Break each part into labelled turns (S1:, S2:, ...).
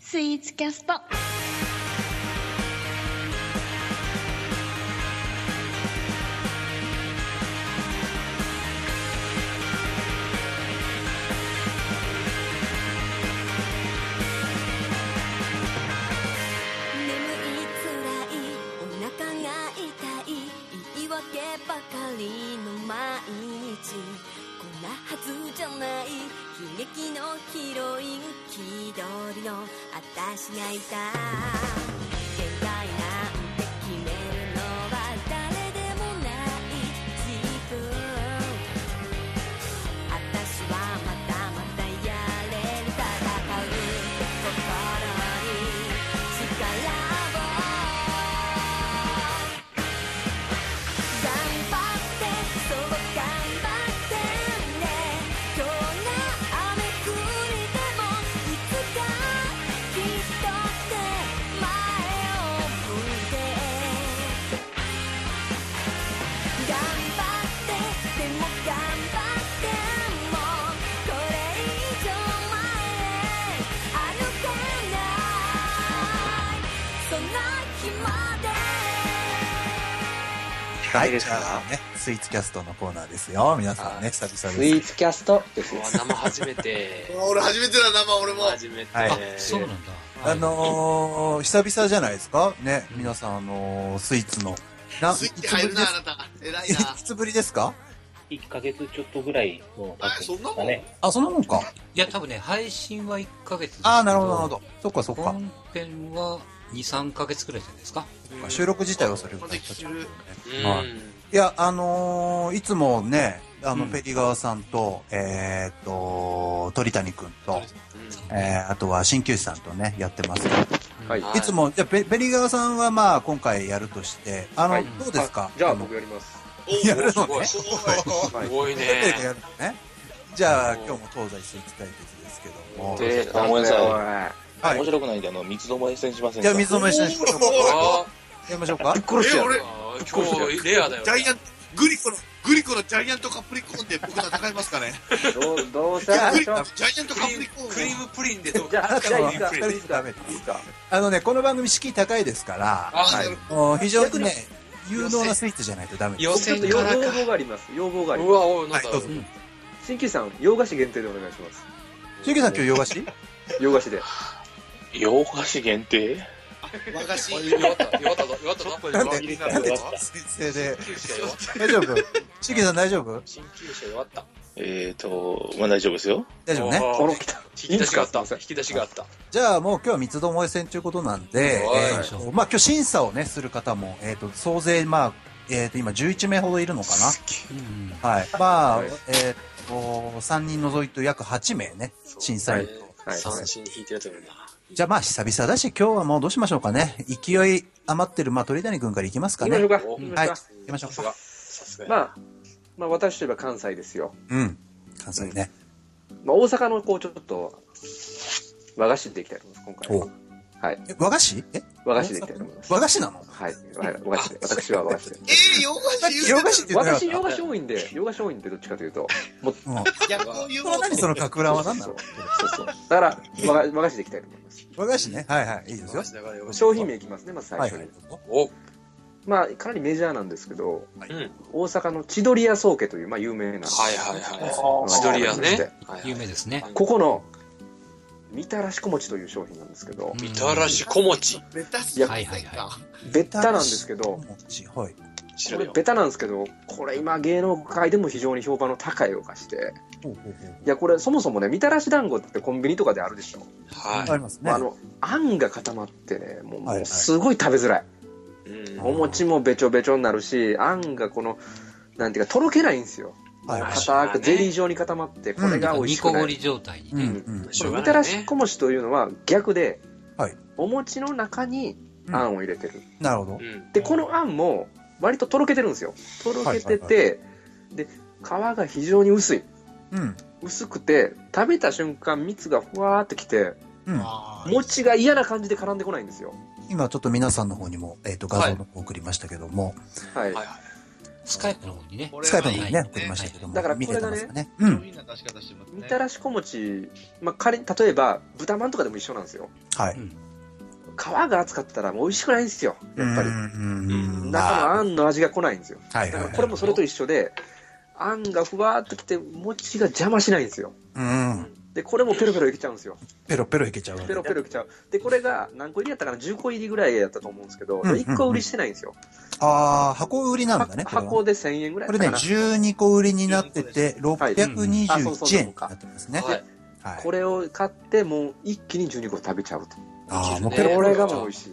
S1: スイーツキャスト。
S2: 眠いつらいお腹が痛い言い訳ばかりの毎日こんなはずじゃない悲劇のヒロイン気取りの私がいた限界なんて決めるのは誰でもない自分私はまたまたやれる戦う心の中で力を頑張ってそう頑張ってねどんな雨降りでもいつかきっとって前を向いて頑張ってでも頑張ってもこれ以上前へ歩けないその日まで
S3: は、
S4: はいい
S3: ということでね、スイーツキャストのコーナーですよ。皆さんね、久々
S5: スイー
S3: です。
S5: ツキャストです
S4: う
S5: ね
S4: わ。生初めて
S6: 俺初めてだ生俺も
S4: 初めて、
S3: はい
S7: あ、そうなんだ。
S3: あのー、久々じゃないですかね、皆さん、あのー、スイーツの。な
S6: スイッチ入るなあなた偉
S3: い
S6: い
S3: つぶりです
S6: ない
S3: つぶりですか
S8: 1ヶ月ちょっとぐらいの
S6: あ
S8: 経つ
S6: そんなも
S8: か
S6: ん
S8: ね。
S3: あ、そんなもんか。
S7: いや、多分ね、配信は1ヶ月ですけ
S3: あー、なるほど、なるほ。ど。そっか、そっか。
S7: 本編は2、3ヶ月くらいじゃないですか。
S3: 収録自体はそれぐ
S6: ま
S3: ら
S6: た
S3: い。
S6: 聞ける
S4: うん、
S3: はいいや、あのー、いつもね、あの、
S7: うん
S3: ペリガワさんと、えーっと、鳥谷くんと、
S4: う
S3: えー、あとは鍼灸師さんとね、やってます。
S9: はい
S4: ん
S3: いつも、じゃあペペリガワさんはまあ、今回やるとして、あの、
S9: はい
S3: どうですか
S9: じゃあ
S3: の
S9: 僕やります。
S6: お
S3: やるの
S6: お
S3: ね
S6: すごい
S9: は
S4: す
S9: い。
S4: ごいね
S3: ペリカやるのね。 じゃあ、今日も東西スイーツ対決ですけども。
S9: で
S10: あごめんなさい
S3: はい
S10: 面白くないんで、あの、三つどもえ戦しません
S3: じ
S10: か
S3: ゃあ、水飲みしてみましょうか。
S4: あ
S3: やりましょうか。
S10: 殺
S6: え
S10: や
S6: 俺
S4: ーあー今日レアだよ
S6: ジャイアングリコのグリコのジャイアントカプリコーンで僕ら戦いますかね
S5: どう、どう
S6: いや
S5: さ
S6: グリコのジャイアントカプリコーンを
S4: クリームプリンでどう
S5: じゃあ、じゃあいいか。
S3: 二人ダメあのね、この番組敷居高いですから、
S4: あ、
S6: はい
S3: もう非常にね、有能なスイーツじゃないとダメです。
S4: 予
S10: ちょ
S4: 選
S10: っと
S4: か
S10: 要
S4: らか
S10: 望があります。要望があり
S4: う
S10: ます。
S4: わおいなんだろう、
S3: はいど
S10: 新規さん、洋菓子限定でお願いします。
S3: しゅうきさん今日洋菓子
S10: 洋菓子で。
S8: 洋菓子限定
S6: 和菓子
S4: おい弱った弱ったぞ弱ったぞ
S3: なんで、
S4: 入れたぞ
S3: なんで、先生で。
S4: 鍼灸師が弱った
S3: 大丈夫しゅうきさん大丈夫
S4: 鍼灸師が弱った
S10: えーと、まあ大丈夫ですよ。
S3: 大丈夫ね。
S4: あ
S10: お
S4: ー
S10: ろきた。
S4: 引き出しがあった
S10: いいんですかすいませ
S4: 引
S10: ん
S4: き出しがあった
S3: じゃあもう今日は三つどもえ戦ということなんで、
S4: はい
S3: えーとまあ今日審査をね、する方も、えっ、と、総勢、まあ、えっ、と、今11名ほどいるのかな
S7: うん。
S3: はい。まあ
S10: はい、
S3: えー、と、3人除いと約8名ね、審査員と。
S10: はい
S4: 三振引いてるやつがいるな
S3: じゃあまあ、久々だし、今日はもうどうしましょうかね。勢い余ってる、まあ、鳥谷くんからいきますか
S10: 行きましょ
S3: ね
S10: う。か。
S4: お
S10: 行きま
S3: はい。
S10: しょ
S3: 行
S10: うか。
S3: きましょう
S4: さすがさすが
S10: まあ、まあ私といえば関西ですよ。
S3: うん。関西ね。
S10: まあ大阪のこう、ちょっと、和菓子でいきたいと思います、今
S3: お
S10: 回。はい。
S3: え和菓子え
S10: 和菓子でいきたいと思います。
S3: 和菓子なの
S10: はい。はい和菓子で。私は和菓子で。
S6: えー洋菓子
S3: 洋菓子って言ってなかった
S10: 私、洋菓子多いんで、洋菓子多いんで、どっちかというと。
S3: うん。
S6: 逆を言う
S3: その何そのかく乱は何なの
S10: そうそうそう。だから、和菓和菓子でいきたいと思います。
S3: 和菓子ね。はいはい。いいですよ
S4: 回。しながらよろしい
S10: 商品名いきますね、まず最
S3: はい
S10: 初に。
S3: はい。
S4: お
S10: まあ、かなりメジャーなんですけど、
S3: はい
S4: うん
S10: 大阪の千鳥屋宗家という、まあ、有名な。
S4: はいはいは
S10: 和
S4: い。
S10: 菓子
S4: 千
S10: があ
S4: 鳥
S10: りま
S4: 屋
S10: し
S4: ね
S10: て。
S4: はいはい
S7: 有名ですね。
S10: ここの、みたらし小餅という商品なんですけど、
S7: うん
S4: みたらし小餅。
S6: ベタす
S10: いや
S7: はいはいはい
S10: ベタなんですけど、
S3: はい。
S4: 知
S10: こ
S4: ら
S10: れ
S4: よ。
S10: ベタなんですけど、これ今芸能界でも非常に評判の高いお菓子で、
S3: ほうほうほう
S10: いやこれそもそもね、みたらし団子ってコンビニとかであるでしょ。
S4: は
S3: ありますね
S10: あ。の、あんが固まってね、もう
S3: はいはい
S10: もうすごい食べづらい。
S4: い。うん
S3: あ
S10: お餅もべちょべちょになるし、あんがこの、なんていうか、とろけないんですよ。
S3: はいはい。
S10: 硬く、ゼリー状に固まって、これが美味
S7: 煮
S10: しく
S7: こ
S10: な
S7: ご
S10: い。
S7: り状態に
S3: うん
S7: ね。
S3: うん。
S4: しょう
S10: み
S4: が
S10: た
S4: ない
S10: らし
S4: ね。
S10: 小餅というのは逆で、
S3: はい
S10: お餅の中に
S3: うん
S10: あんを入れてる。
S3: なるほど
S4: う。ん。
S10: で、このあんも、割ととろけてるんですよ。とろけてて、
S3: は
S10: で、皮が非常に薄い。
S3: うん。
S10: 薄くて、食べた瞬間、蜜がふわーってきて、
S3: うん。
S10: 餅が嫌な感じで絡んでこないんですよ。
S3: 今ちょっと皆さんの方にも、えっ、と、画像の方送りましたけども、
S10: はい。
S4: はい
S7: スカイプの方にね。
S3: スカイプの方にね、
S7: はい
S3: 送りましたけども。
S10: だからこ
S3: 見
S10: れ
S3: てた
S10: がね
S3: んですかね。う
S6: 上
S3: ん。
S6: 品な出し方してますね。
S10: みたらし小餅、まあ、仮に例えば豚まんとかでも一緒なんですよ
S3: はい。
S10: 皮が厚かったらもう美味しくないんですよやっぱり
S3: うん。うん
S10: 中のあんの味が来ないんですよ
S3: はい
S10: だ
S3: はいは
S10: から
S3: い。
S10: これもそれと一緒であんがふわーっときて餅が邪魔しないんですよ
S3: うん。
S10: でこれもペロペロいけちゃうんですよ
S3: ペロペロいけちゃうわけ
S10: ペロペロいけちゃうでこれが何個入りやったかな10個入りぐらいやったと思うんですけど
S3: うん
S10: 1個売りしてないんですよ
S3: ああ、箱売りなんだね、
S10: は
S3: これは。
S10: 箱で1000円ぐらい
S3: こ
S10: だ
S3: れ
S10: った
S3: ね、
S10: かな
S3: 12個売りになってて、
S10: はいあそうそう
S3: 621
S10: そう
S3: 円になってますね。
S10: はい
S3: はい。
S10: これを買ってもう一気に12個食べちゃうと
S3: ああ、もうペロ
S10: こ
S3: ペ
S10: れ
S3: ロ。
S10: がもう美味しい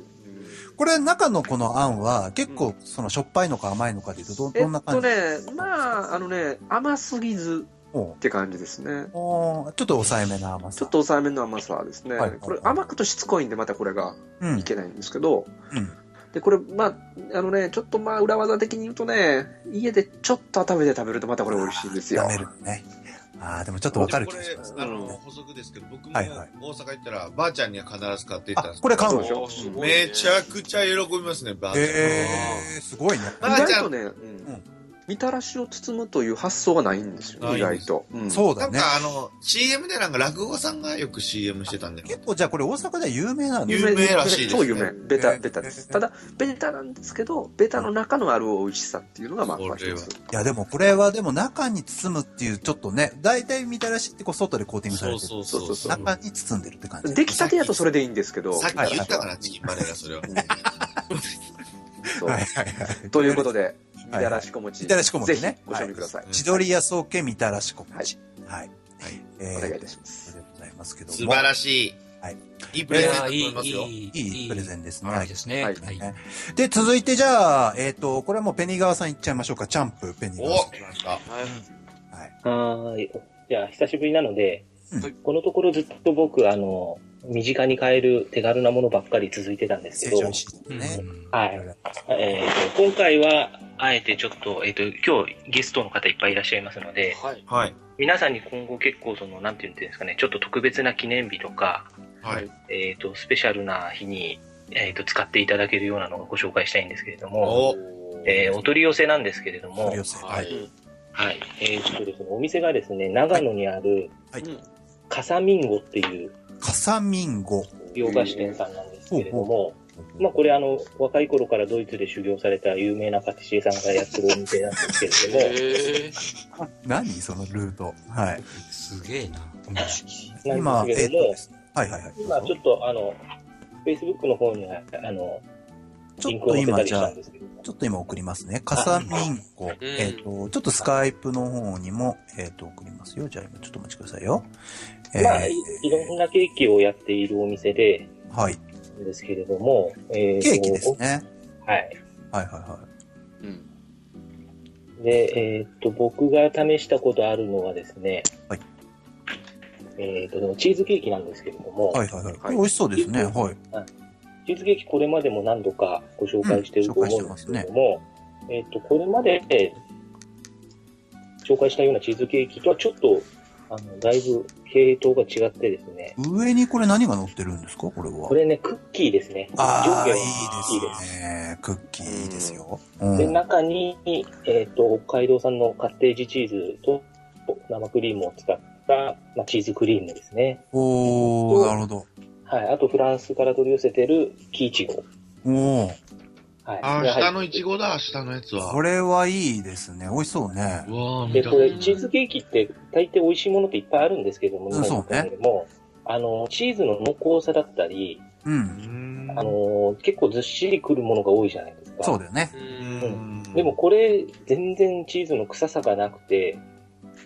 S3: これ中のこのあんは、結構、そのしょっぱいのか甘いのかでいうと、ど、
S10: え
S3: どんな
S10: っと
S3: 感じ
S10: ねまああのね甘すぎず
S3: おう
S10: って感じですね
S3: おーちょっと抑えめな甘さ。
S10: ちょっと抑えめの甘さですね、
S3: はい
S10: これ甘くとしつこいんでまたこれが
S3: うん、
S10: いけないんですけど、
S3: うん
S10: でこれまああのねちょっとまあ裏技的に言うとね家でちょっと温めて食べるとまたこれ美味しいんですよ
S3: 舐めるのね。ああ、でもちょっとわかる気がします
S6: これ、あの、
S10: うん
S6: 補足ですけど、僕も
S3: は
S6: 大
S3: いはい
S6: 阪行ったら、ばあちゃんには必ず買っていったん
S3: あ
S6: で、すけ
S3: これ買うの
S10: そうでしょ
S4: す
S6: ど
S4: ごいね
S6: めちゃくちゃ喜びますね、ばあちゃん。
S3: ええー、すごいね。
S6: ばあ
S10: 意
S6: ち
S10: 外
S6: ゃ
S10: と
S6: ん、
S10: ね、うんみたらしを包むという発想がないんですよ
S6: ない
S10: 意
S6: ん
S10: 外
S6: です
S10: と、うん
S3: そう
S6: な
S3: だ
S6: ん
S3: ね。
S6: かあの、CM でなんか落語さんがよく CM してたんで。
S3: 結構じゃあこれ大阪では有名なん
S6: 有名らしいですね
S10: 超有名ベ
S3: え
S10: タ
S3: ー
S10: ベタです、
S3: えー
S10: ただベタなんですけどベタの中のある美味しさっていうのがまあ
S6: これは
S10: 一つ
S3: いやでもこれはでも中に包むっていうちょっとね、大体みたらしってこう外でコーティングされ
S6: そう
S3: てる。
S6: そうそうそう。
S3: 中に包んでるって感じ。
S10: 出来たてやとそれでいいんですけど
S6: さっき言ったから、
S10: はい
S6: チキンバレーがそれを。
S10: そう
S3: はいはいはい。
S10: ということで、み
S3: はい
S10: たらし小餅、
S3: みたらし小餅ね
S10: ぜひご賞味ください。
S3: 千鳥屋総家みたらし小餅。はい。はい。えー
S10: お願いいたします。
S3: ありがとうございますけども。
S6: 素晴らしい。
S3: はい。
S6: いいプ
S7: い
S6: レゼント
S7: や
S6: だ
S7: ー
S6: と
S7: い
S6: 思いますよ。
S7: い、いい、
S3: いいプレゼンですね。
S7: はいですね。
S10: は
S7: はいい。
S3: で、続いてじゃあ、えっ、と、これはもうペニガワさんいっちゃいましょうか。チャンプ、ペニガワ
S6: お
S3: さん。
S6: 来ました。
S1: はーい。じゃあ、久しぶりなので、
S3: うん
S1: このところずっと僕、あの、身近に買える手軽なものばっかり続いてたんですけ
S3: 成
S1: ど、
S3: 長してね。
S1: はい。えーと今回は、あえてちょっと、えっ、と、今日ゲストの方いっぱいいらっしゃいますので、
S4: はい。
S6: はい。
S1: 皆さんに今後結構その、なんて言うんですかね、ちょっと特別な記念日とか、
S6: はい。
S1: えっ、と、スペシャルな日に、えっ、と、使っていただけるようなのをご紹介したいんですけれども、
S6: お
S1: えーお取り寄せなんですけれども
S3: 取り、寄せ。は。
S4: はいい。
S1: はい。えーっとですね、お店がですね、長野にある、
S3: はい
S10: うん
S1: カサミンゴっていう
S3: カサミンゴ。
S1: 洋菓子店さんなんですけれども、まあこれあの、若い頃からドイツで修行された有名なパティシエさんがやってるお店なんですけれども、
S4: え
S3: 何そのルート。はい。
S7: すげえな。
S1: な
S3: 今
S1: ん、
S3: え
S1: です
S3: っ
S1: けれど
S3: と
S1: も
S3: で、すね。はいはいはい。
S1: 今ちょっとあの、Facebook の方には、あの、
S3: ち
S1: リン
S3: ょっ
S1: クを
S3: と
S1: 載せた
S3: 今、
S1: り
S3: じ
S1: し
S3: ゃ
S1: たん
S3: あ、
S1: ですけれども、
S3: ちょっと今送りますね。カサミンコ。えっ、と、ちょっとスカイプの方にも、えっ、と、送りますよ。じゃあ今、ちょっとお待ちくださいよ。えー
S1: まあいいろんなケーキをやっているお店で、
S3: はい。
S1: ですけれども、えーっと
S3: ケーキですね。
S1: はい。
S3: はいはいはい。
S1: で、えーっと、僕が試したことあるのはですね、
S3: はい
S1: えーっと、でもチーズケーキなんですけれども、
S3: はいはいはい。これ美味しそうですね。はい。
S1: チーズケーキこれまでも何度かご紹介していると思うんですけれども、えーっと、これまで紹介したようなチーズケーキとはちょっと、あの、だいぶ系統が違ってですね、
S3: 上にこれ何が乗ってるんですかこれは。
S1: これね、クッキーですね。
S3: ああ、
S1: 上下
S3: い
S1: はクッキ
S3: い
S1: ーで。
S3: ですすね。クッキーいいですよ。うん。
S1: で、中に、えーっと、北海道産のカッテージチーズと生クリームを使った、まあ、チーズクリームですね。
S3: おー、なるほど。
S1: はい。あと、フランスから取り寄せてる木いちご。
S3: おー、
S1: はい。
S6: あ
S1: これ入っ
S6: ー、
S1: て
S6: 下のイチゴだ、下のやつは。
S3: これはいいですね。美味しそうね
S6: う。わー、
S1: で、
S6: 見た
S1: これ、チーズケーキって、大抵美味しいものっていっぱいあるんですけども、
S3: うんそうね
S1: 日本でも、あの、チーズの濃厚さだったり、
S3: う。
S6: うんーん
S1: あの、結構ずっしりくるものが多いじゃないですか。
S3: そうだよね。
S6: うーん
S1: でも、これ、全然チーズの臭さがなくて、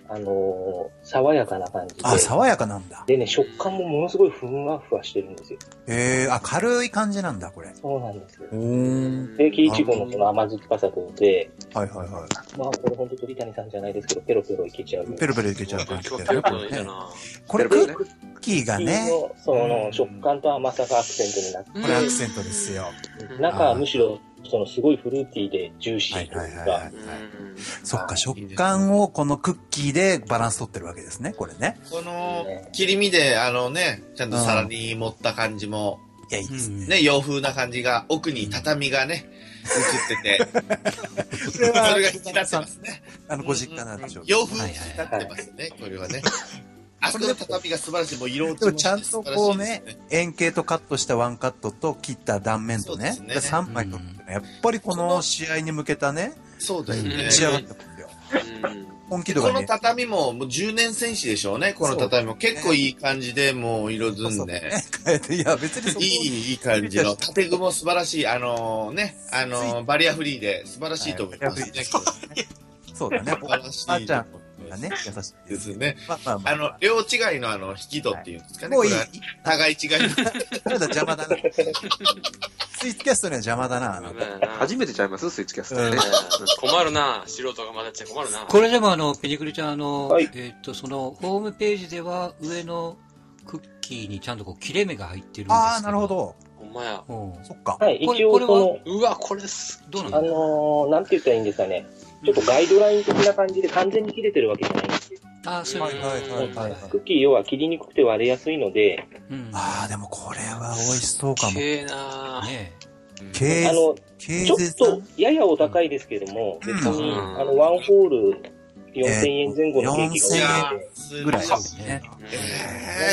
S1: あの、爽やかな感じで。
S3: あ、爽やかなんだ。
S1: でね、食感もものすごいふんわふわしてるんですよ。
S3: えー、あ、軽い感じなんだ、これ。
S1: そうなんですよ
S3: お。ー。
S1: で、木いちごのこの甘酸っぱさとで、
S3: はいはいは
S1: まあ、これ本当鳥谷さんじゃないですけど、ペロペロいけちゃう。
S3: い。ペロペロいけちゃう感じ
S4: 今日
S3: で
S4: はペロペロい
S3: ね
S4: た。な。
S3: これ、
S10: ペ
S3: ク
S10: ロペロね
S3: ッキーが
S1: 金
S3: ね、
S1: のその食感と甘さがアクセントになって、
S4: こ
S3: これアクセントですよ。
S1: 中はむしろそのすごいフルーティーでジューシーという
S3: はいはいはいは
S1: か
S3: い、そっか、食感をこのクッキーでバランス取ってるわけですね、これね。
S6: この
S1: ね
S6: 切り身で、あのね、ちゃんと皿に盛った感じも、
S3: いや、いいですね。
S7: ん。
S6: ね、洋風な感じが、奥に畳がね、映ってて、
S3: そ
S6: そ
S3: れ
S6: れ
S3: は
S6: が引き立ってますね。
S3: あの、ご実家なんでしょうけど。
S6: 洋風に引き立ってますね、これはね。あそこの畳が素晴らしい、もう色落
S3: でも
S6: も
S3: ちゃんとこうね、円形とカットしたワンカットと切った断面とね、
S6: そうですね
S3: 3枚と、やっぱりこの試合に向けたね、
S6: そうだよね。
S3: 仕上がってくるんだよ。本気度
S6: こ
S3: が
S6: の
S3: ね、
S6: 畳も、もう10年戦士でしょうね、この畳も。結構いい感じで、もう色
S3: そう
S6: づ
S3: そ
S6: ん
S3: う
S6: で
S3: ね。変えて、いや、別にそこ、
S6: いい、いい感じの。縦具も素晴らしい。あのね、あのバリアフリーで素晴らしいと思いますね。素
S3: そうだね、僕
S6: 晴らしい。
S3: あーちゃんがね、優しい
S6: で
S3: です。
S6: すね。
S3: まあまあま
S6: あ
S3: あ
S6: の、両違いのあの、引き戸っていうんですかね。
S3: もうい
S6: こ
S3: い
S6: れは。互い違い の。
S3: ただ邪魔 だな。スイーツキャストには邪魔だな、あなた。
S10: 初めてちゃいますスイッチキャストね。
S3: うん
S10: うん
S4: 困るな素人がまだっちゃ困るな
S7: これでもあの、ペニクリちゃん、あの、
S1: はい
S7: えーっと、その、ホームページでは上のクッキーにちゃんとこう切れ目が入ってるんですけ
S3: ああ、なるほ。ど。
S4: ほんまや。
S7: うん。
S3: そっか。
S1: はい、
S7: これ
S1: 一応
S7: これは
S1: その、
S4: うわ、これです。
S7: どうな
S1: あ
S7: の
S1: のー、なんて言ったらいいんですかね。ちょっとガイドライン的な感じで完全に切れてるわけじゃないんですよ。
S7: ああ、そう
S4: は
S7: いう
S4: い
S7: こと
S1: クッキー要は切りにくくて割れやすいので、
S7: うん。
S3: ああ、でもこれは美味しそうかも。
S4: けえな
S7: ね
S3: ケ
S1: あ
S3: ー
S1: の、
S3: ケ
S1: ちょ
S3: ー
S1: っ
S3: ゼ
S1: とややお高いですけども、
S3: うん
S1: 別に、
S4: うん
S1: あの、ワンホール4000円前後のケーキが
S3: い
S1: 多い
S3: や
S1: ので、
S3: ぐらい
S6: え
S7: え。ね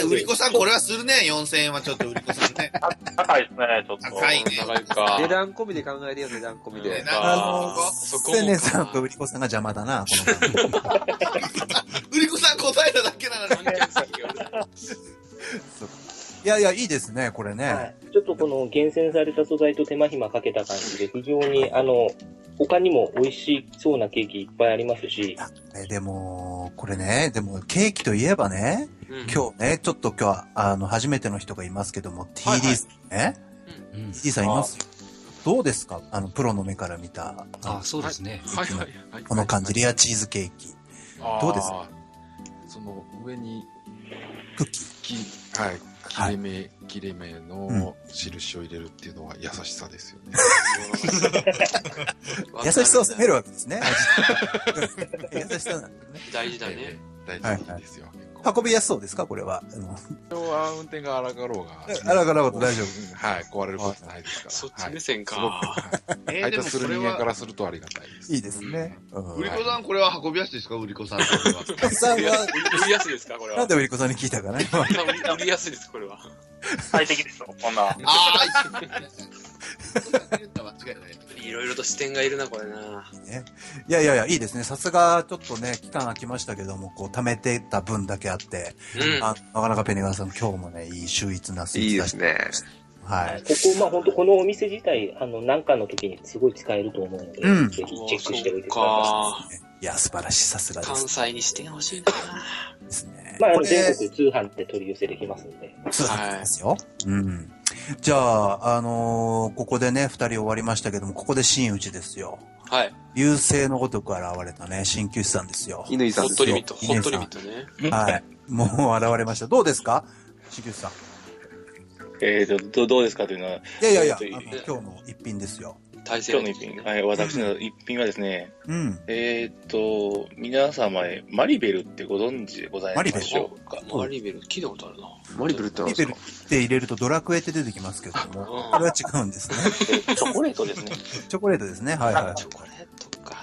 S6: えー、売り子さん、これはするね。4000円はちょっと売り子さんね。
S9: 高いですね、ちょっと。
S6: 高いね。
S4: 高いか。
S10: 値段込みで考えてよ、値段込みで。
S3: あ
S6: あ
S4: そ
S3: の、
S4: こも
S3: セネさんとウリコさんが邪魔だな、この
S6: 売り子さん答えただけなのに。
S3: いやいや、いいですね、これね。
S1: はいちょっとこの厳選された素材と手間暇かけた感じで、非常に、あの、他にも美味しそうなケーキいっぱいありますし、
S3: えでも、これね、でも、ケーキといえばね、今日ね、ちょっと今日は、あの、初めての人がいますけども、TD さんね、
S7: うん。
S3: TD さんいますよどうですかあの、プロの目から見た、
S7: ああ、そうですね。
S11: はいはいはい。
S3: この感じ、レアチーズケーキ、
S11: あー
S3: どうです
S11: その上に、
S3: クッキー。
S11: きはい、切れ目、切れ目の印を入れるっていうのは優しさですよね。
S3: 優しさを攻めるわけで すね。味優しさなんですね。
S4: 大事だね。
S11: 大事なんですよ、結構。
S3: 運びやすそうですかこれは。あの
S11: 人は運転が荒がろうが。
S3: 荒がろうと大丈夫
S11: うんはい、壊れることないですから。
S4: そっち目
S11: です
S4: 線
S11: ごく、
S4: か。
S11: はい
S6: えー、
S11: 配
S6: でも
S11: 達す
S6: こ
S11: る
S6: れ
S11: 人間か
S6: は、
S11: らするとありがたいです。
S3: いいですね。うん
S6: 売り子さん、これは運びやすいですか売り子さんこれは。
S3: お客さんは、
S4: 売りやすいですか、これ
S3: なん
S4: は。
S3: でウリコさんに聞いたかな今
S4: 売りやすいです、これは。
S9: 最適ですよ、こんな。
S6: ああ、いい間違いない。
S4: いろいろと視点がいるな、これな。
S3: いやいやいや、いいですね。さすが、ちょっとね、期間空きましたけども、こう、貯めてた分だけあって、
S4: うん。
S3: あなかなかペニガンさん、今日もね、いい秀逸なスイー
S10: い
S3: ツ
S10: い
S3: 出
S10: で
S3: し
S10: す
S3: て。
S10: ね。
S3: はい。
S1: ここ、まあ本当このお店自体、あの、なんかの時にすごい使えると思うので、
S3: うん
S1: ぜひチェックしておいてくださ
S4: か。
S3: いや、素晴らしい。さすがで
S4: 関
S3: す
S4: 西に視点欲しいな。
S3: ね。
S1: い。まあ、あ
S3: こ
S1: の全
S3: れ、
S1: 国通販って取り寄せできますので。
S3: 通販ですよ。うん。じゃあ、あのーここでね、二人終わりましたけども、ここで真打ちですよ。
S4: はい。
S3: 流星のごとく現れたね、鍼灸師さんですよ。
S10: 乾さ
S4: ホッ
S10: んです
S4: トリ
S10: よ
S4: ミッ。ト、ホットリミットね。
S3: はい。もう現れました。どうですか鍼灸師さん。
S8: えーと、どどうですかというのは、
S3: いやいやいや、あ
S8: え
S3: の
S8: っと
S3: 今日の一品ですよ。
S4: 体制
S8: 今日の一品、はい、私の一品はですね、
S3: うん。
S8: えーと、皆様へ、マリベルってご存知でございましょうか
S4: マリベル、聞いたことあるな。
S10: マリブルってなん
S3: リ
S10: で
S3: ベ
S10: す
S3: ル
S10: か
S3: って入れるとドラクエって出てきますけども、
S4: うん
S3: これは違うんですね。
S8: チョコレートですね。
S3: チョコレートですね。はいはい。
S4: チョコレートか。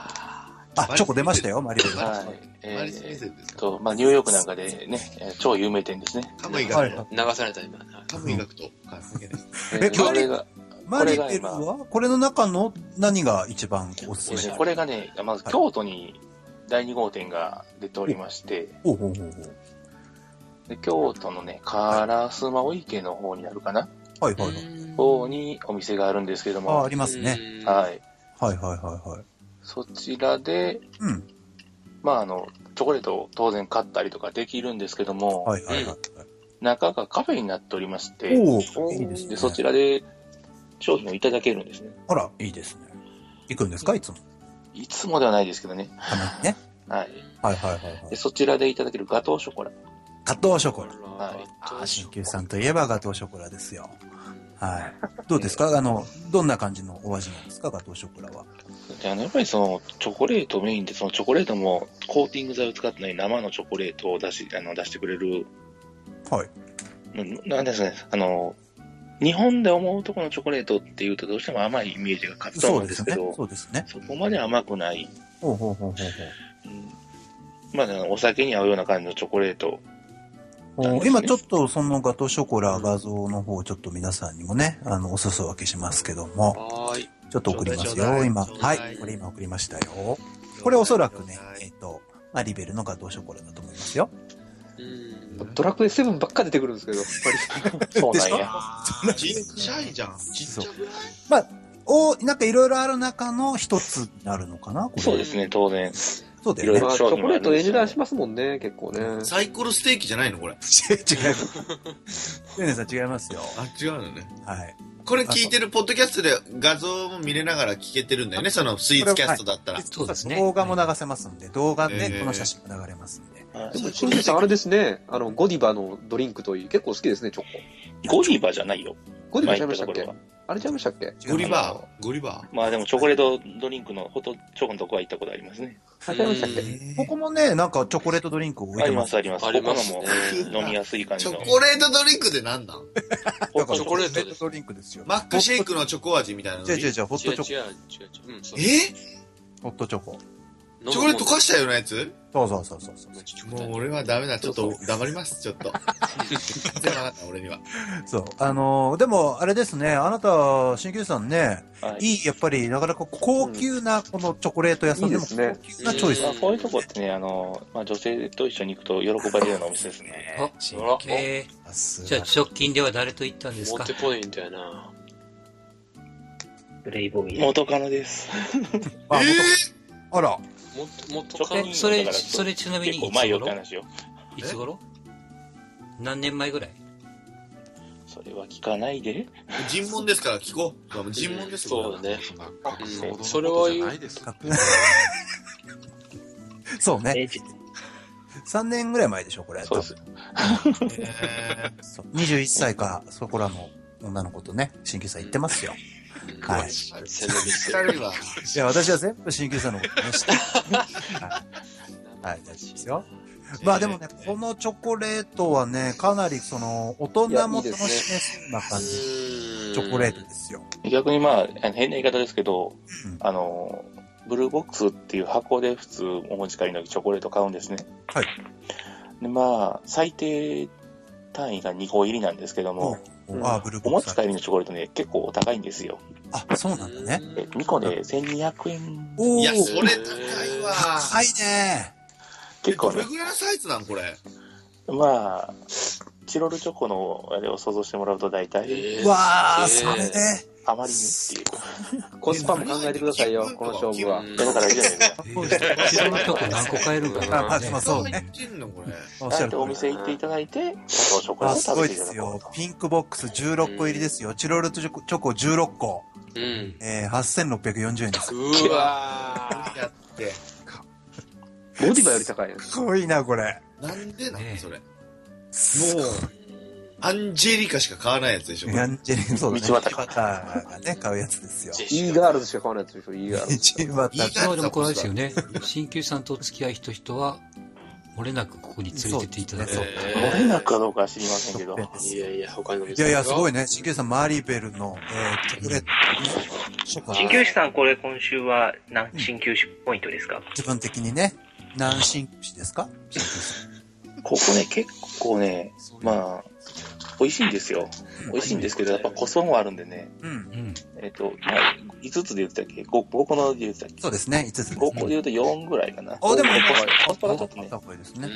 S3: あ、チョコ出ましたよ、マリベル。は
S8: はい。
S6: マリ
S8: え
S6: ス目
S8: ー
S6: 線ですか
S8: と、まあ、ニューヨークなんかでね、えー超有名店ですね。
S6: カムイ
S3: い
S6: 学と。
S3: は
S4: 流された今。。
S6: カムイ学と。関係ない
S8: え
S3: え
S8: ーこれが、
S3: い。マリベルはこれの中の何が一番おす
S8: です
S3: す
S8: ね
S3: め
S8: これがね、まず
S3: はい
S8: 京都に第2号店が出ておりまして、
S3: ほうほうほうほう。
S8: で京都のね、烏丸池の方になるかな、
S3: はいはいはい。
S8: 方にお店があるんですけど
S3: あ、あ
S8: も、
S3: りますね。
S8: はいい。
S3: はいはいはいはい。
S8: そちらで、
S3: うん。
S8: まあ、あの、チョコレートを当然買ったりとかできるんですけども、
S3: はいはいはい。
S8: 中がカフェになっておりまして、
S3: おおいいですね。
S8: でそちらで商品をいただけるんですね。
S3: あら、いいですね。行くんですかいつも。
S8: いつもではないですけどね。
S3: たまにね。
S8: はい。
S3: はいはいはいは
S8: で
S3: い。
S8: そちらでいただけるガトーショコラ。
S3: ガトーショコラ。
S8: はい
S3: ああ、鍼灸師さんといえばガトーショコラですよ。 はい。どうですかあの、どんな感じのお味なんですかガトーショコラは。
S8: であのやっぱりそのチョコレートメインで、そのチョコレートもコーティング剤を使ってない生のチョコレートを出しあの出してくれる、
S3: はい。
S8: うんなんですかね、あの、日本で思うとこのチョコレートっていうとどうしても甘いイメージが勝つと思うんですけど、
S3: そうですね。
S8: そこまで甘くない。
S3: ほうほうほうほう
S8: まあ、お酒に合うような感じのチョコレート。
S3: ほうお今ちょっとそのガトーショコラ画像の方をちょっと皆さんにもね、あの、お裾分けしますけども、
S4: はい。
S3: ちょっと送ります
S4: ちょうだいちょうだ
S3: よ、
S4: い
S3: 今。
S4: ちょう
S3: は
S4: だい
S3: い、これ今送りましたよ。これおそらくね、えっと、まあ、リベルのガトーショコラだと思いますよ。
S5: ドラクエ7ばっか出てくるんですけど、やっぱ り。
S3: そうなんやでし
S5: ちっちゃいじゃん。
S6: ちっちゃくない
S3: まあ、お、なんかいろいろある中の一つになるのかなこれ
S8: そうですね、当然。
S3: そうだ
S8: いろ
S3: よ
S8: い
S3: ね。
S8: ろ商品もあるんですよ
S5: 段しますもんね、結 構ね。
S6: サイコロステーキじゃないのこれ。
S3: 違う。ゆうねさん違いますよ。
S6: あ、違うのね。
S3: はい。
S6: これ聞いてる、ポッドキャストで画像も見れながら聞けてるんだよね、そのスイーツキャストだったら。
S3: そうですね。動画も流せますんで、動画ね、この写真も流れますんで。
S5: でも、清水さん、あれですね、あの、ゴディバのドリンクといい、結構好きですね、チョコ。
S8: ゴディバじゃないよ。
S5: ゴディバちゃいましたっ
S8: 前
S5: け
S8: 言っ
S5: あれちゃいましたっけ
S6: ゴリバー、ゴリバ
S8: まあでもチョコレートドリンクのホットチョコのとこは行ったことありますね。
S5: ありましたっけ
S3: ここもね、なんかチョコレートドリンクを置い
S8: あ
S3: て
S8: りま
S3: ます。
S8: すあります。
S3: あります
S8: ここのも飲みやすい感
S6: ー。
S8: じ
S6: チョ
S8: の。
S6: コレートドリンクでなん なん
S8: ホットチョコレ
S6: ー
S3: トドリンクですよ。
S6: マックシェイクのチョコ味みたいなのに。
S3: 違う違う違うホットチョコ
S4: 違う違う違う。うん、そう
S6: え
S3: ホットチョコ。
S6: チョコレート溶かしたようなやつ
S3: そうそうそうそうそう。
S6: もう俺はダメだ。ちょっと黙ります、ちょっと。全然わかんない、俺には。
S3: そう。あのーでも、あれですね、あなた、新旧さんね、、
S8: はい
S3: いやっぱり、なかなか高級な、このチョコレート屋さんでも、高級なチョイス。
S8: まあこういうとこってね、あの、まあ、女性と一緒に行くと喜ばれるようなお店ですね。
S7: あ、神経。じゃあ、直近では誰と行ったんですか
S8: モテ
S7: ポイントやな。
S1: プレイボーイ。
S8: 元カノです。
S3: あ、あら。
S4: も元カノ
S7: え、それ、それちなみにい
S8: 結
S7: つ
S8: 構前よって
S7: 頃
S8: 話よ。
S7: いつ頃何年前ぐらい
S8: それは聞かないで。
S6: 尋問ですから聞こう。尋問ですから。そうだ
S4: ね。
S6: うん
S4: それは言う。
S3: そうね。3年ぐらい前でしょ、これ。
S8: そうです。
S3: そう21歳か、そこらの女の子とね、新旧さん行ってますよ。はい。
S6: 人は。
S3: いや、私は全部新旧さんのことね、知ってる はい。はい、大丈夫ですよ。まあでもね、このチョコレートはね、かなりその、大人も楽しめそうな感じ。チョコレートですよ。
S8: 逆にまあ、あの変な言い方ですけど、あの、ブルーボックスっていう箱で普通お持ち帰りの時チョコレート買うんですね。
S3: はい。
S8: で、まあ、最低単位が2個入りなんですけども、
S3: あ、ブルー
S8: お持ち帰りのチョコレートね、結構お高いんですよ。
S3: あ、そうなんだね。
S8: 2個で1200円。
S3: おーいやそ
S8: 高
S3: れ
S8: い
S6: わ。
S3: 高いね。
S8: 結構
S6: どれ
S8: ね、
S6: ぐらいのサイズなんこれ。
S8: まあ、チロルチョコのあれを想像してもらうと大体、
S3: うわーそれね
S8: あまりにっていう。
S5: コスパも考えてくださいよ、この勝負は。
S8: だからいい じゃないですか。
S5: 白のチョコ何個買えるかな
S3: あ、でもそうね。おっし
S8: あ
S3: ゃ
S8: え
S3: る
S8: て
S3: 通
S8: お
S3: り
S8: 店行っていただいて、お食事
S3: あ、
S8: を
S3: す
S8: 食
S3: ご
S8: べ
S3: い
S8: て
S3: で
S8: いただ
S3: す
S8: く。
S3: よ。ピンクボックス16個入りですよ。チロルチョコチョコ16個。
S4: うん。
S3: えー、8640円です。
S4: うわ
S6: ー。やって。
S3: ゴディバより高いすごいな、これ。
S6: なんでなんそれ。もう、
S3: す
S6: アンジェリカしか買わないやつでしょ。
S3: アンジェリカ、そうだね。
S6: 道端
S3: 道端がね、買うやつですよ。
S5: イーガールズしか買わないやつでしょ、イーガールズ。
S3: 道端
S7: まあでもこれあれですよね。新旧さんとお付き合い人人は、漏れなくここに連れてっていただく。
S8: 漏れなくかどうかは知りませんけど。いやいや、他の
S3: いやいや、すごいね。新旧さん、マリベルの、えー、チョコレート、チョコ
S1: 鍼灸師さん、これ今週は何鍼灸師ポイントですか
S3: 自分的にね、南新市ですか
S8: ここね、結構ね、まあ、美味しいんですよ。美味しいんですけど、やっぱ個数もあるんでね、
S3: うん。
S8: えっ、と、まあ、5つで言ってたっけ ?5、五個ので言ってたっけ
S3: そうですね、5つ。
S8: 5個で言うと4ぐらいかな。
S3: あ、でも、
S8: 五個ぐらい
S3: あった方がいいですね。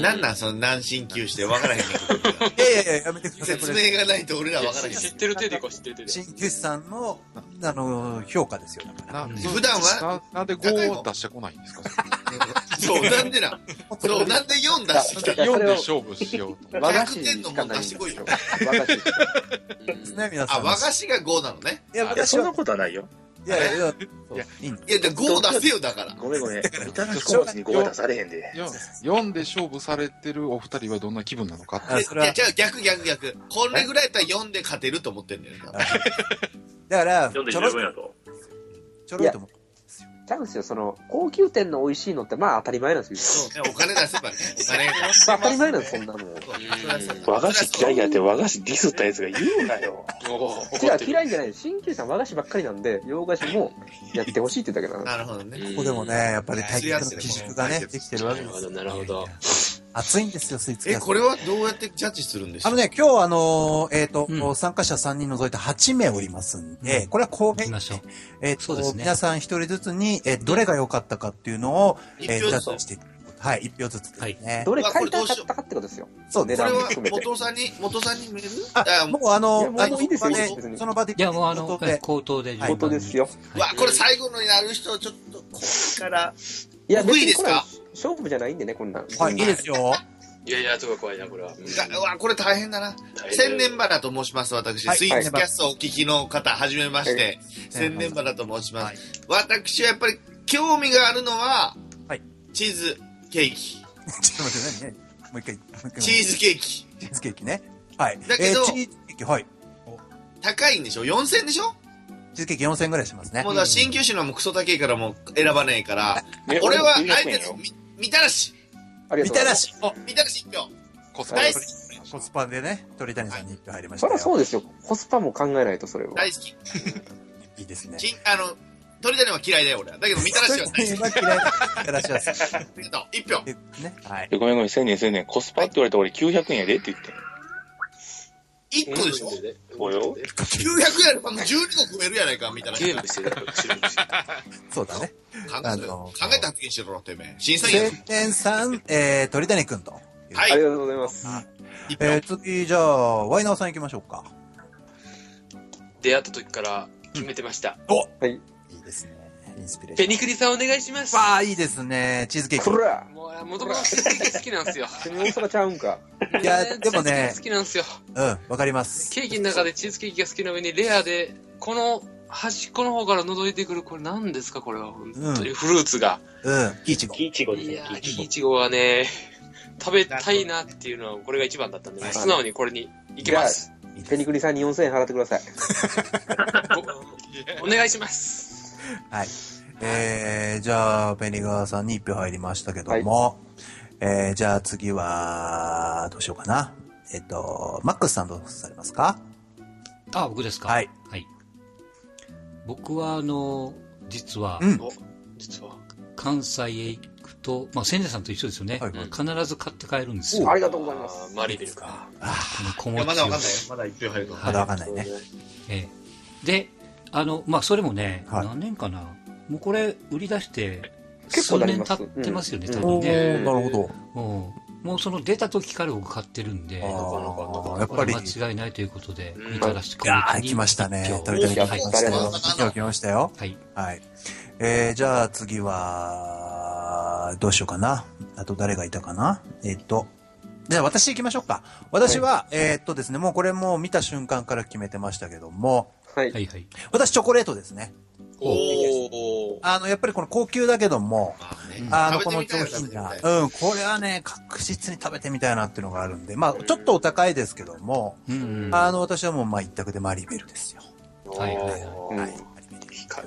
S6: なんなんその軟神球して分 からへんねんけど
S3: いやいやいや、やめてください。
S6: 説明がないと俺ら分からへん。
S4: 知ってる手でこ知ってる手で。
S3: 新旧さんの、あの、評価ですよ。だから。
S6: 普段は
S11: ななんで5を出してこないんですか
S6: そう、なんでなん。そう、なんで4出してきた
S11: ?4 で勝負しようと。
S6: 和菓子100点のもん出してこいよ。 あ、和菓子が5なのね。
S3: いや、私は。
S8: ことはないよ。
S3: いやいやいや、
S11: いや、
S3: い
S6: や、5出せよ、だから。
S8: ごめん ごめん。みたらし
S11: こ
S8: こ
S11: ぼ
S8: ぼ
S11: し
S8: し
S11: に
S8: に
S11: 5
S8: 5
S11: は
S8: は
S11: 出
S8: 出
S11: さ
S8: さ
S11: れ
S8: れ
S11: へ
S8: へん で。
S11: 4で勝負されてるお二人はどんな気分なのか
S3: あそれはい
S6: や、じゃあ逆逆逆。これぐらいやったら4で勝てると思ってんだよね。
S3: だから、
S6: 読んで
S3: ちょろっ
S6: 十分や
S3: と、ちょろっとも、
S10: ちゃうんですよ、その、高級店の美味しいのって、まあ当たり前なん です
S6: けど。お金出せば ね、お金が。
S10: 当たり前なんです、そんなの。
S8: 和菓子嫌いやって和菓子ディスったやつが言うなよ。
S10: いや、嫌いじゃないです。新旧さん和菓子ばっかりなんで、洋菓子もやってほしいってだけだな。
S6: なるほどね。
S3: ここでもね、やっぱり対決の基軸がね、できてるわけです
S4: よ。なるほど、なるほど。
S3: 暑いんですよ、スイーツ
S6: え、これはどうやってジャッジするんですか
S3: あのね、今日あのー、えっ、ー、と、参加者3人除いて8名おりますんで、これは公平に、えっ、と、皆さん1人ずつに、えどれが良かったかっていうのを、えジャッジしていく。はい、1票ずつですね。
S10: どれ買いたかったかってことですよ。
S3: そう、
S6: 値段含めて。これは元さんに、元さんにメール
S3: あ、もうあの、
S10: もういいですよ、ね、
S3: その場で。
S7: いや、もうあの、口頭で。
S10: 口頭ですよ。
S6: わ、これ最後のになる人、ちょっと、これから。
S10: いや、
S6: 得意ですか
S10: 勝負じゃないんでね、こんなん。
S3: はい、いいですよ。
S4: いやいや、ちょっと怖いな、これは。
S6: うわ、これ大変だな。千年花と申します、私。スイーツキャストをお聞きの方、はじめまして。千年花と申します。私はやっぱり興味があるのは、チーズケーキ。
S3: ちょっと待って、何ね。もう一回、もう一回。
S6: チーズケーキ。チ
S3: ーズケーキね。はい。
S6: だけど、
S3: チーズケーキ、はい。
S6: 高いんでしょ ?4000 でしょ
S3: チーズケーキ4000ぐらいしますね。
S6: もうだ、新旧市のもクソ高いからもう選ばねえから、俺は、あえて、みたらし。
S3: みたらし。
S6: みたらし1票。
S3: コスパで。コスパでね、鳥谷さんに1票入りました。
S10: そりゃそうですよ。コスパも考えないと、それは。。
S6: 大好き。
S3: いいですね。
S6: あの、鳥谷は嫌いだよ、俺は。だけど、みたらしは大好き。
S3: 嫌いだ。みたらしは好き。あ
S6: りがとう。1票。
S3: ね。はい。
S8: ごめんごめん、1000年、1000年。コスパって言われた俺900円やでって言って。
S6: 1個でしょ
S8: そうよ。
S6: 900円のパンが12個組めるやないか、みたいな。
S4: ゲームしてるから、知る
S3: そうだね。
S6: 考えて、考えて発言してろ、てめえ。審査
S3: 員。1000年さん、えー、鳥谷くんと。はい
S10: ありがとうございます。
S3: えー、次、じゃあ、ワイナーさん行きましょうか。
S4: 出会った時から決めてました。
S3: お
S10: はい。
S3: ですね。インスピレーショ
S4: ペニクリさんお願いします。
S3: わあ、いいですね。チーズケーキ。
S10: こら
S4: もう、もともとチーズケーキ好きなん ですよ。
S10: 君大阪ちゃうんか。
S3: いや、でもね。
S4: 好きなんですよ。
S3: うん、わかります。
S4: ケーキの中でチーズケーキが好きな上に、レアで、この端っこの方から覗いてくる、これ何ですかこれは。本当にフルーツが。
S3: うん、キイチゴ。
S1: キイチゴです
S4: ね。キイチゴはね、食べたいなっていうのは、これが一番だったんで、素直にこれに行きます。
S10: ペニクリさんに4000円払ってください。
S4: お願いします。
S3: はい。えー、じゃあ、ペニガーさんに1票入りましたけども、はい、えー、じゃあ次は、どうしようかな。えっ、ー、と、マックスさんどうされますか
S7: あ、僕ですか
S3: はい。
S7: はい。僕は、あの、実は、
S3: うん、
S4: 実は、
S7: 関西へ行くと、まあ、千年さんと一緒ですよね。はい、必ず買って帰るんですよ。
S10: ありがとうございます。
S4: マリビルか。
S3: あ
S6: あ、この小まだわかんないまだ1票入る
S3: か、はい、まだわかんないね。
S7: えー、で、あの、まあ、それもね、何年かな。もうこれ、売り出して、数年経ってますよね、多分ね。
S3: なるほ
S7: ど。もうその出た時から僕買ってるんで、
S3: やっぱり。
S7: 間違いないということで、みたらし
S3: く。あ、来ましたね。食べたり来ましたよ。今日来ましたよ。
S7: はい。
S3: はい。えー、じゃあ次は、どうしようかな。あと誰がいたかな。えっと、じゃあ私行きましょうか。私は、えっとですね、もうこれも見た瞬間から決めてましたけども、。
S10: はい。はいはい
S3: 私、チョコレートですね。
S4: お
S3: あの、やっぱりこの高級だけども、あの、この上品な、うん、これはね、確実に食べてみたいなっていうのがあるんで、まあ、ちょっとお高いですけども、あの、私はもう、まあ、一択でマリーベルですよ。
S7: はい。はい。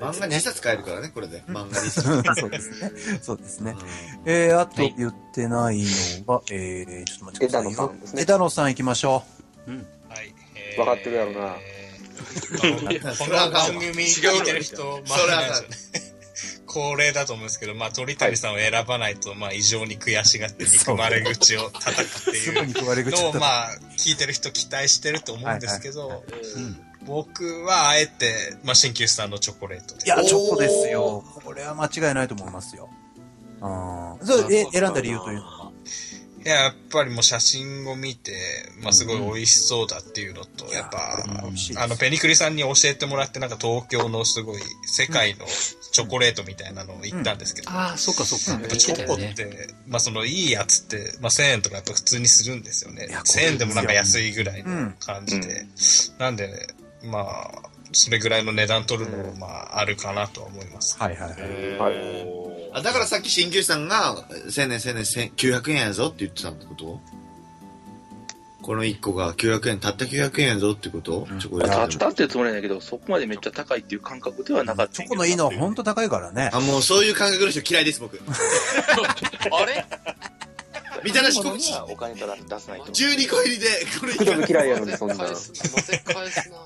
S6: 漫画2冊買えるからね、これで。漫画2
S3: 冊。 そうですね。そうですね。えー、あと言ってないのが、えー、ちょっと待ってくださいよ。枝野さん行きましょ
S10: う。うん。はい。分かってるやろうな。
S12: この番組聞いてる人、まあ、恒例だと思うんですけど、まあ、鳥谷さんを選ばないと、まあ、異常に悔しがって憎まれ口を叩くっていうのを、まあ、聞いてる人期待してると思うんですけど、僕はあえて、まあ、鍼灸師さんのチョコレート
S3: いや、チョコですよ。これは間違いないと思いますよ。うん。そう、え、選んだ理由というのは
S12: や、っぱりもう写真を見て、まあ、すごい美味しそうだっていうのと、やっぱ、あの、ペニクリさんに教えてもらって、なんか東京のすごい世界のチョコレートみたいなのを言ったんですけど、
S7: ああ、そっかそっか。
S12: やっぱチョコって、まあ、そのいいやつって、まあ、1000円とかやっぱ普通にするんですよね。1000円でもなんか安いぐらいの感じで。なんで、まあ、それぐらいの値段取るのも、まあ、あるかなと思います。
S3: はいはい
S6: はい。あだからさっき鍼灸師さんが「1000年1000年900円やぞ」って言ってたってことこの1個が900円、たった900円やぞってこと、チョコレ
S8: た
S6: ートで
S8: っ
S6: も
S8: たってつもりないけど、そこまでめっちゃ高いっていう感覚ではなかった。チョコのいいのは
S3: 本当高いからね。
S6: あ、もうそういう感覚の人嫌いです、 僕。
S8: あれ
S6: みたらしこぶ
S8: ち。お金から出さないと。
S6: 12個入りで、こ れ
S10: 福留嫌いやのに、そんな。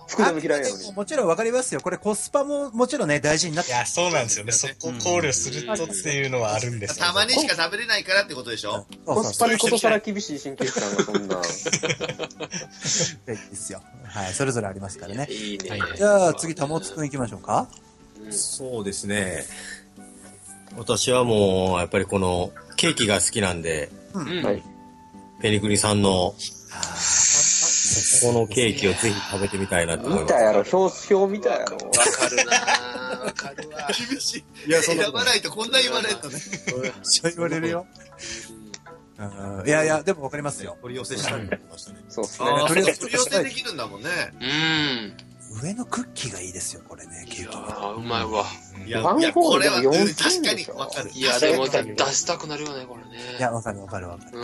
S10: 福留嫌いやのに。
S3: もちろんわかりますよ。これコスパももちろんね、大事になって。いや、
S12: そうなんですよね。そこ考慮するとっていうのはあるんです よ
S6: たまにしか食べれないからってことでしょ
S10: コスパにことさら厳しい神経質なのが、そんな。
S3: ですよ。はい、それぞれありますからね。
S10: いいね
S3: はいじゃあ次、たもつくん行きましょうか。
S13: そうですね。私はもう、やっぱりこの、ケーキが好きなんで、
S3: うん
S13: はい。ペリクリさんの、ここのケーキをぜひ食べてみたいなと思い
S10: 見
S13: ます
S10: た。やろ、表、表見たやろ。
S6: 厳しい。
S13: いやそんな
S6: 選ばないとこんな言われるとね。
S3: そう言われるよ。うんいやいや、でもわかりますよ。
S6: 取り寄せしたいと思い
S13: ましたね。
S10: そう
S6: あーそうか取り寄せできるんだもんね。
S3: 上のクッキーがいいですよ、これね、ケーキは。
S4: あうまいわ。
S3: い
S6: やいやこれはうん確かに
S4: い
S6: わかる。
S4: や、でも出
S3: 確かに
S4: したくなるよね、これね。
S3: いや、わかるわかるわかる。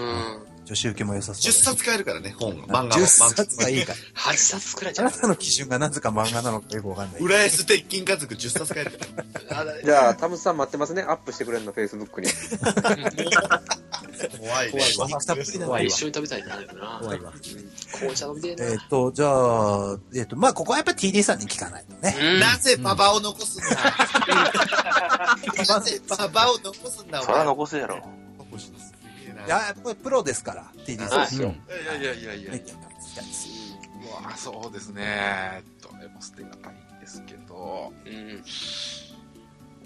S3: 女子受けも良さそう。
S6: 10冊買えるからね、本が。漫画
S3: 10冊がいいから。
S4: 8冊くらい
S3: あなたの基準がなぜか漫画なのかよくわかんない。
S6: 浦安鉄筋家族10冊買えるから。
S10: じゃあ、タムさん待ってますね。アップしてくれるの、フェイスブッ クに。
S6: 怖い
S4: ね
S3: 怖いわたっぷりだな
S4: 一緒に食べたいな。
S3: 怖いわ。
S4: 紅茶飲みてえな。
S3: えっと、じゃあ、えっと、まあ、ここはやっぱ TD さんに聞かないとね。
S6: なぜパパを残すんだなぜパパを残すんだお
S8: そら
S6: 前。
S8: 残せやろ。
S3: いや、やっぱりプロですから、TD
S11: そう
S3: さん。
S11: ですよ
S3: ん。
S11: いやいやいやいやいや。うわそうですね。どれも捨てがたいんですけど。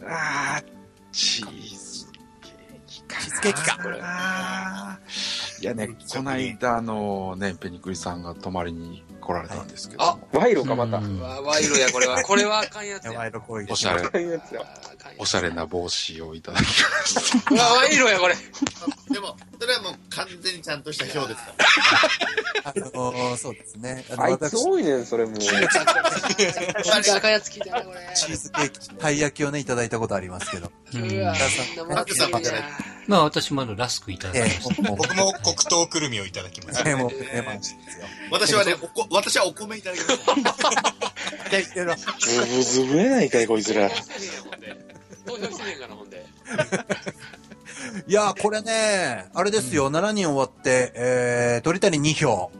S11: あー、チーズケーキかな。チーズケーキか。いやね、この間、あのね、ペニクリさんが泊まりに来られたんですけど。
S10: 賄賂か、また。
S4: ワイルや、これは。これはあかんやつや。
S3: 賄賂行為
S11: おしゃれ
S10: あかんやつや
S11: おしゃれな帽子をいただきました。
S4: うわ、ワイルや、これ。
S6: でも、それはもう完全にちゃんとした表ですから。
S3: あの、そうですね。の
S10: あいつ多いねん、そ れもう。
S4: 赤やつ聞いたね、これ。
S3: チーズケーキ、たい焼きをね、いただいたことありますけど。
S4: わ
S6: マックさんばっかり
S7: まあ私もあの、ラスクいただきました。
S12: 僕も黒糖くるみをいただきました。
S3: でもう、
S6: 私はね、おこ私はお米いただきました。
S8: ズブズブやないかい、こいつら。
S4: 投票してねえから、ほんで。
S3: いや、これね、あれですよ、7人終わって、えー、鳥谷2票、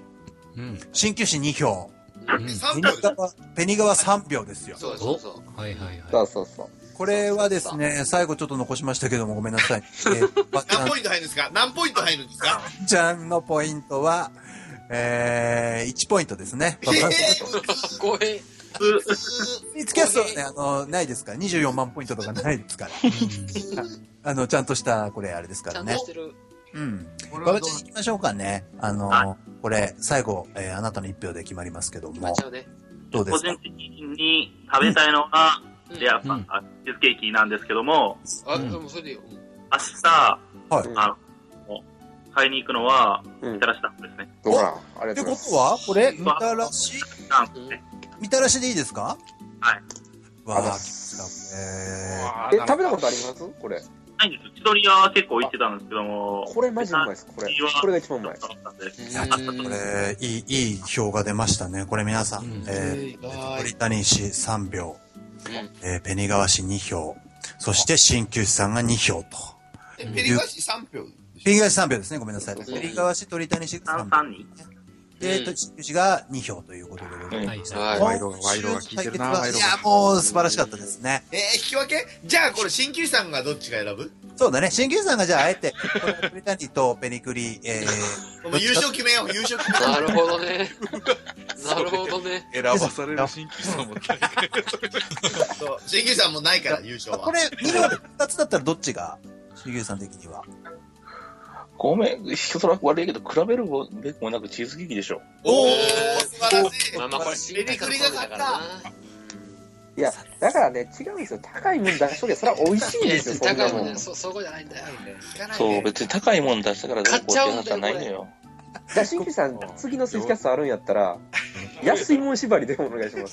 S3: 鍼灸師2票、ペニ川ペニ川3票ですよ。
S4: そうそうそう。
S7: はいはいはい。
S10: そうそうそう。
S3: これはですね、最後ちょっと残しましたけども、ごめんな さい。えー、ばっちゃ
S6: 何
S3: ん
S6: ポイント入るんですか何ポイント入るんですか
S3: ちゃんのポイントは、えー、1ポイントですね。
S4: ごめん。
S3: ミツキャストはね、あの、ないですから、24万ポイントとかないですから。あの、ちゃんとした、これ、あれですからね。うん。ババちゃん行きましょうかね。あの、これ、最後、えーあなたの1票で決まりますけども。どうで
S9: 個
S3: すか
S9: 人的に食べたいのは、レアパン、あチーズケーキなんですけども、
S4: あ、でもそれでいいよ。
S9: 明日、あの買いに行くのは、みたらし団子ですね。
S10: ほら、あり
S3: って
S10: がとう
S3: こ
S10: ございま
S3: とは、これ、みたらし、
S9: 団子ね
S3: みたらしでいいですか
S9: はい。
S3: わあ、
S10: す。え、食べたことありますこれ。
S9: ないんですよ。千鳥は結構行ってたんですけども、
S10: これマジうまいです、これ。これが一番うまい。
S3: いや、これ、いい、いい票が出ましたね。これ皆さん、えー、鳥谷氏3票、えー、ペニ川氏2票、そして鍼灸師さんが2票と。
S6: えペリガシ3票。
S3: ペリガシ3票ですね、ごめんなさい。ペリガシ、鳥谷氏が3票。で、
S6: うん
S3: 鍼灸師が2票ということでございます。
S11: はい賄
S3: 今
S11: 賂が賄賂が効いてるな
S3: 週の対決は
S11: 賄
S3: い
S11: 賂が
S3: や、もう素晴らしかったですね。
S6: えー、引き分けじゃあこれ、鍼灸師さんがどっちが選ぶ
S3: そうだね、鍼灸師さんがじゃあ、あえて、この鳥谷とペニクリ、えー、
S6: もう優勝決めよう、優勝決めよ
S4: な
S6: う。
S4: るほど ね。なるほどね。
S11: 選ばされる新規さんも大変。
S6: そう鍼灸師さんもないから、優勝は。
S3: これ、2票で2つだったらどっちが、鍼灸師さん的には。
S8: ごめん、人そらく悪いけど、比べるべくもなくチーズケーキでしょ。
S6: おー、素晴らしい。
S4: まあまあ、これ、
S6: ペリクリが勝った。
S10: いや、だからね、違うんですよ。高い分出しとけば、それは美味しいんですよ、そん
S4: 高
S10: ない
S4: も
S10: も
S4: ん
S10: ん。
S4: ね。
S10: 出
S4: そ、そこじゃないんだよ。
S8: そう、別に高いもん出したからどうこうって話じゃないのよ。
S10: しんきさん、次のスイッチキャストあるんやったら、安いもん縛りでお願いします。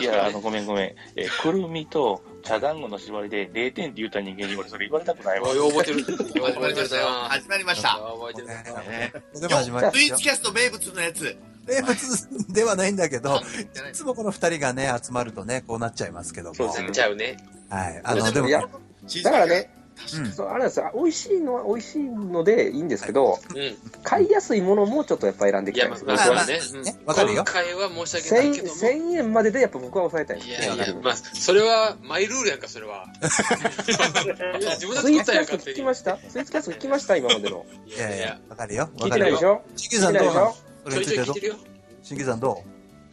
S8: いや、あの、ごめんごめん。えー、くるみと茶団子の縛りで0点って言った人間に俺それ言われたくないわ。
S6: 覚えてる。始まりましたよ。始まりました。覚えてる。
S3: でも始まりま
S6: ツイー
S3: した
S6: ツキャスト名物のやつ。
S3: 名物ではないんだけど、いつもこの二人がね、集まるとね、こうなっちゃいますけども。
S10: そうですねなっちゃうね。
S3: はい。あの、でも、
S10: いやだからね、そうあれなんですよ、美味しいのは美味しいのでいいんですけど、買いやすいものもちょっとやっぱ選んでいきたいです
S4: まあ、それはね、うん
S10: わかる
S4: 今
S10: よ
S4: 回は申し訳ないけども。
S10: 1000円まででやっぱ僕は抑えたいですね。
S4: いやいや まあ、それは、マイルールやんか、それは。自分で
S10: スイ
S4: 作
S10: ー
S4: ったや
S10: ツキ
S4: ん
S10: ャス
S4: か
S10: ト、聞きましたスイーツキャスト聞きました今までの。
S3: いやいや、わかるよ。
S10: 聞いてないでしょ
S3: シンキさんどうなのそれ
S10: 聞いてないでしょ
S3: についてどう
S10: ちょいちょい聞いてるよ
S3: シンキさんど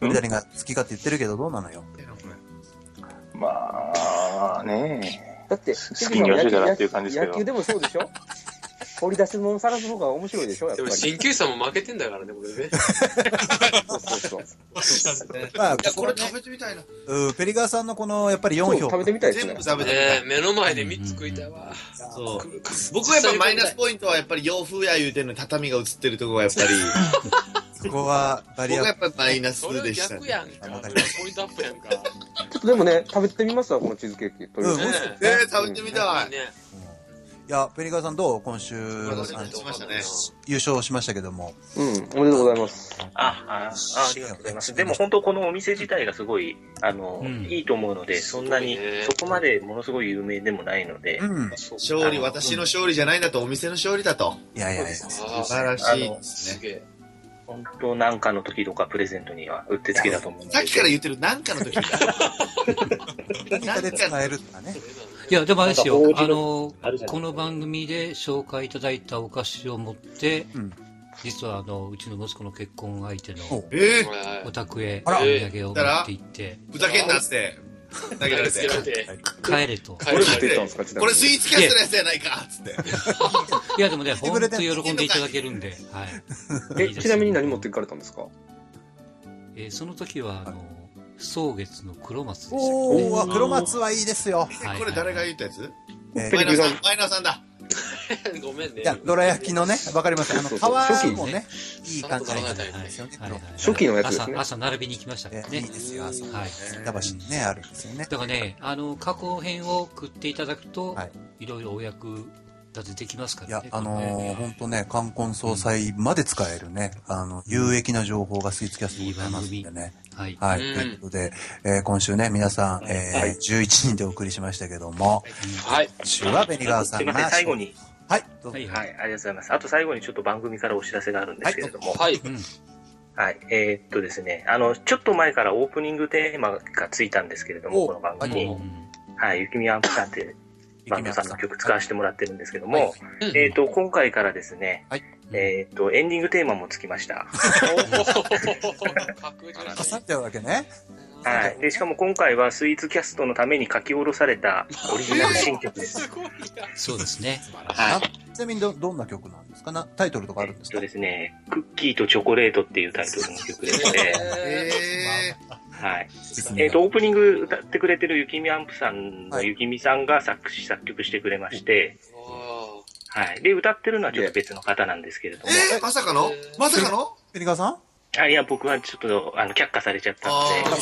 S3: う鳥谷が好きかって言ってるけど、どうなのよ。
S8: まあ、ね
S10: だって、
S8: 好きにやってたらっていう感じですけど
S10: 野球でもそうでしょ掘り出し物探す方が面白いでしょやっ
S4: で
S10: ぱ
S4: も、
S10: り。
S4: 新旧さんも負けてんだからね、これね。
S3: まあ
S6: いや、これ食べてみたいな。
S3: うん、ペリガーさんのこの、やっぱり4票。
S6: そう食べてみたいですね全部食べてみたい
S4: えー目の前で3つ食いたいわ。
S6: そう僕はやっぱマイナスポイントはやっぱり洋風や言うてんのに畳が映ってるとこがやっぱり。
S3: そこはバ
S6: リア。僕はやっぱマイナスでした
S4: そ
S6: ね
S4: れ。は逆やんか。ポイントアップやんか。
S10: ちょっとでもね、食べて みますわ、このチーズケーキ。とりあえず
S3: うん
S6: えー、食べてみたい。
S3: いや、ペリガーさんどう今週、あの優勝しましたけども。
S10: うん、おめでとうございます。
S1: あ、あ、あありがとうございます。でも本当このお店自体がすごい、あの、いいと思うので、そんなに、そこまでものすごい有名でもないので、
S6: 勝利、私の勝利じゃないんだと、お店の勝利だと。
S3: いやいやいや
S6: 素晴らしいですね。
S1: 本当なんかの時とかプレゼントにはうってつけだと思うので。
S6: さっきから言ってる、なんかの時 だ。なんか
S3: 使えるとかね。
S7: いや、でもあれですよ
S3: なん、か
S7: あ
S3: 法事
S7: の
S3: あるじゃないで
S7: こ
S3: す、か
S7: の番組で紹介いただいたお菓子を持って、実はあの、うちの息子の結婚相手の
S6: ええ
S7: お宅へお
S6: あら
S7: 土産を持って行って、
S6: ふざけんなっつって。ふざけられて。
S7: 帰れと。
S6: これこれスイーツキャストのやつやないかっつって。
S7: いや、でもね、本当に喜んでいただけるんで、はい。
S10: え、
S7: いいですね
S10: ちなみに何持っていかれたんですか
S7: えーその時は、あの、宗月の黒松でしたっけね。
S3: おー、黒松はいいですよ。
S7: はい
S6: これ誰が言ったやつ
S3: え
S6: マイナーさん、マイナーさんだ。
S4: ごめんね
S3: いや、どら焼きのね、わかります。あの、
S10: そうそう初期
S3: 皮
S10: に
S3: も
S10: ね
S3: ね、いい感じになってるんですよね。黒
S10: 初期のやつですね
S7: 朝、朝並びに行きましたからね。いいですよ、朝。はい。
S3: 板橋にね、あるんですよね。
S7: だからね、あの、過去編を食っていただくと、い、ろいろお役立てできますか
S3: い
S7: ら
S3: や
S7: ね。、
S3: あのー、ほんとね、冠婚葬祭まで使えるね、あの、有益な情報がスイーツキャストにございますんでね。
S7: はい。
S3: はい。と
S7: うん
S3: いうことで、えー今週ね、皆さん、えー
S1: はい
S3: 11人でお送りしましたけども、
S1: はい。
S3: 手話ベニガーさん
S1: すい
S3: が
S1: ません、最後に。
S3: はい、
S1: はい、ありがとうございます。あと最後にちょっと番組からお知らせがあるんですけれども。
S4: はい。
S1: はい、えーっとですね、あの、ちょっと前からオープニングテーマがついたんですけれども、この番組に。はい、雪見アンプさん ってバンドさんの曲使わせてもらってるんですけども、えーっと、今回からですね、えーっと、エンディングテーマもつきま した。
S3: 挟んじゃうわけね。
S1: はい。で、しかも今回はスイーツキャストのために書き下ろされたオリジナル新曲です。
S7: そうですね。
S1: はい。
S3: ちなみにど、どんな曲なんですかなタイトルとかあるんですか
S1: そうですね、クッキーとチョコレートっていうタイトルの曲で して、はい。えっ、と、オープニング歌ってくれてるゆきみアンプさんのゆきみさんが作詞、作曲してくれまして、はい。で、歌ってるのはちょっと別の方なんですけれども、
S6: えまさかのまさかの
S3: ペリカさん
S1: あいや、僕はちょっと、あの、却下されちゃったんで、はい。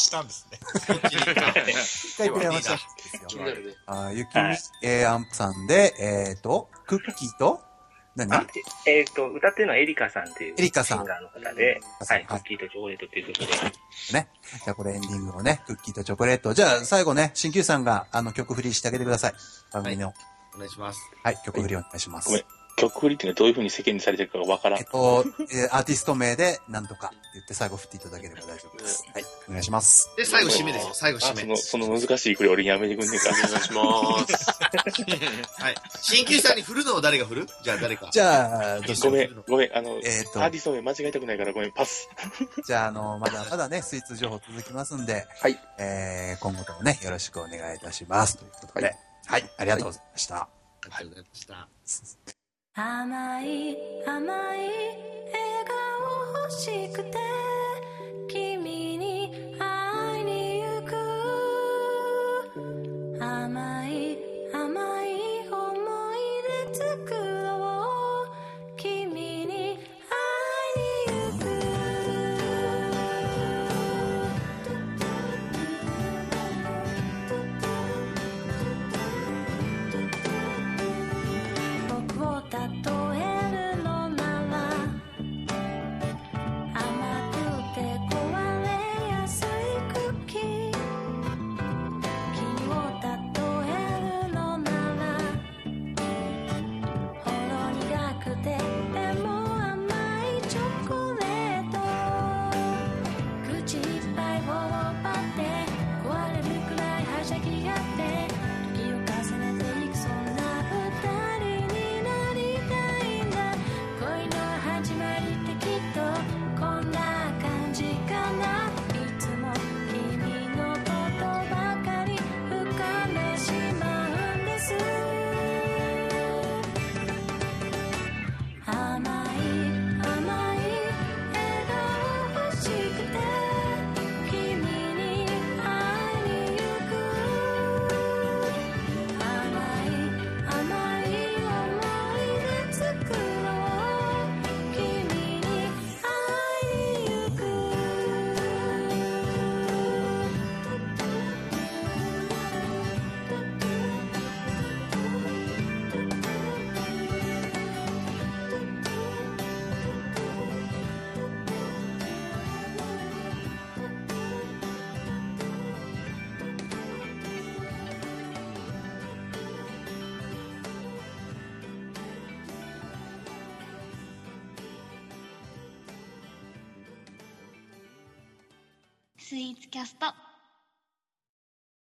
S14: したんですね。
S3: 一回電話したんですよ。あーゆきみ、えー、アンプさんで、えーと、クッキーと、何
S1: あえっ、と、歌ってるのはエリカさんっていう
S3: エリカさん
S1: シンガーの方で、はい、クッキーとチョコレートっていう曲で、
S3: ね。じゃあこれエンディングをね、クッキーとチョコレート。じゃあ最後ね、新旧さんがあの曲振りしてあげてください。番組の。
S6: お願いします。
S3: はい、曲振りお願いします。
S8: ごめん。曲振りっていうのはどういう風に世間にされてるかがわからん。
S3: と、えーアーティスト名で何とかって言って最後振っていただければ大丈夫です。はい、お願いします。
S6: で、最後締めですよ。最後締め。
S8: その、その難しいこれ俺にやめてくんねえか。お願いします。
S6: はい。 新旧さんに振るのを誰が振るじゃあ誰か。
S3: じゃあ、どうし
S8: ごめ、
S3: ようん
S8: ごめん、あの、
S3: えっと
S8: アーティスト名間違えたくないからごめん、パス。
S3: じゃあ、あの、まだまだね、スイーツ情報続きますんで、
S10: はい。
S3: えー、今後ともね、よろしくお願いいたします。ということで、はい、ありがとうございました。
S6: ありがとうございました。
S2: 甘い甘い笑顔欲しくて君に会いに行く甘い甘い思い出作ろう君に会いに行く
S4: スイーツキャスト。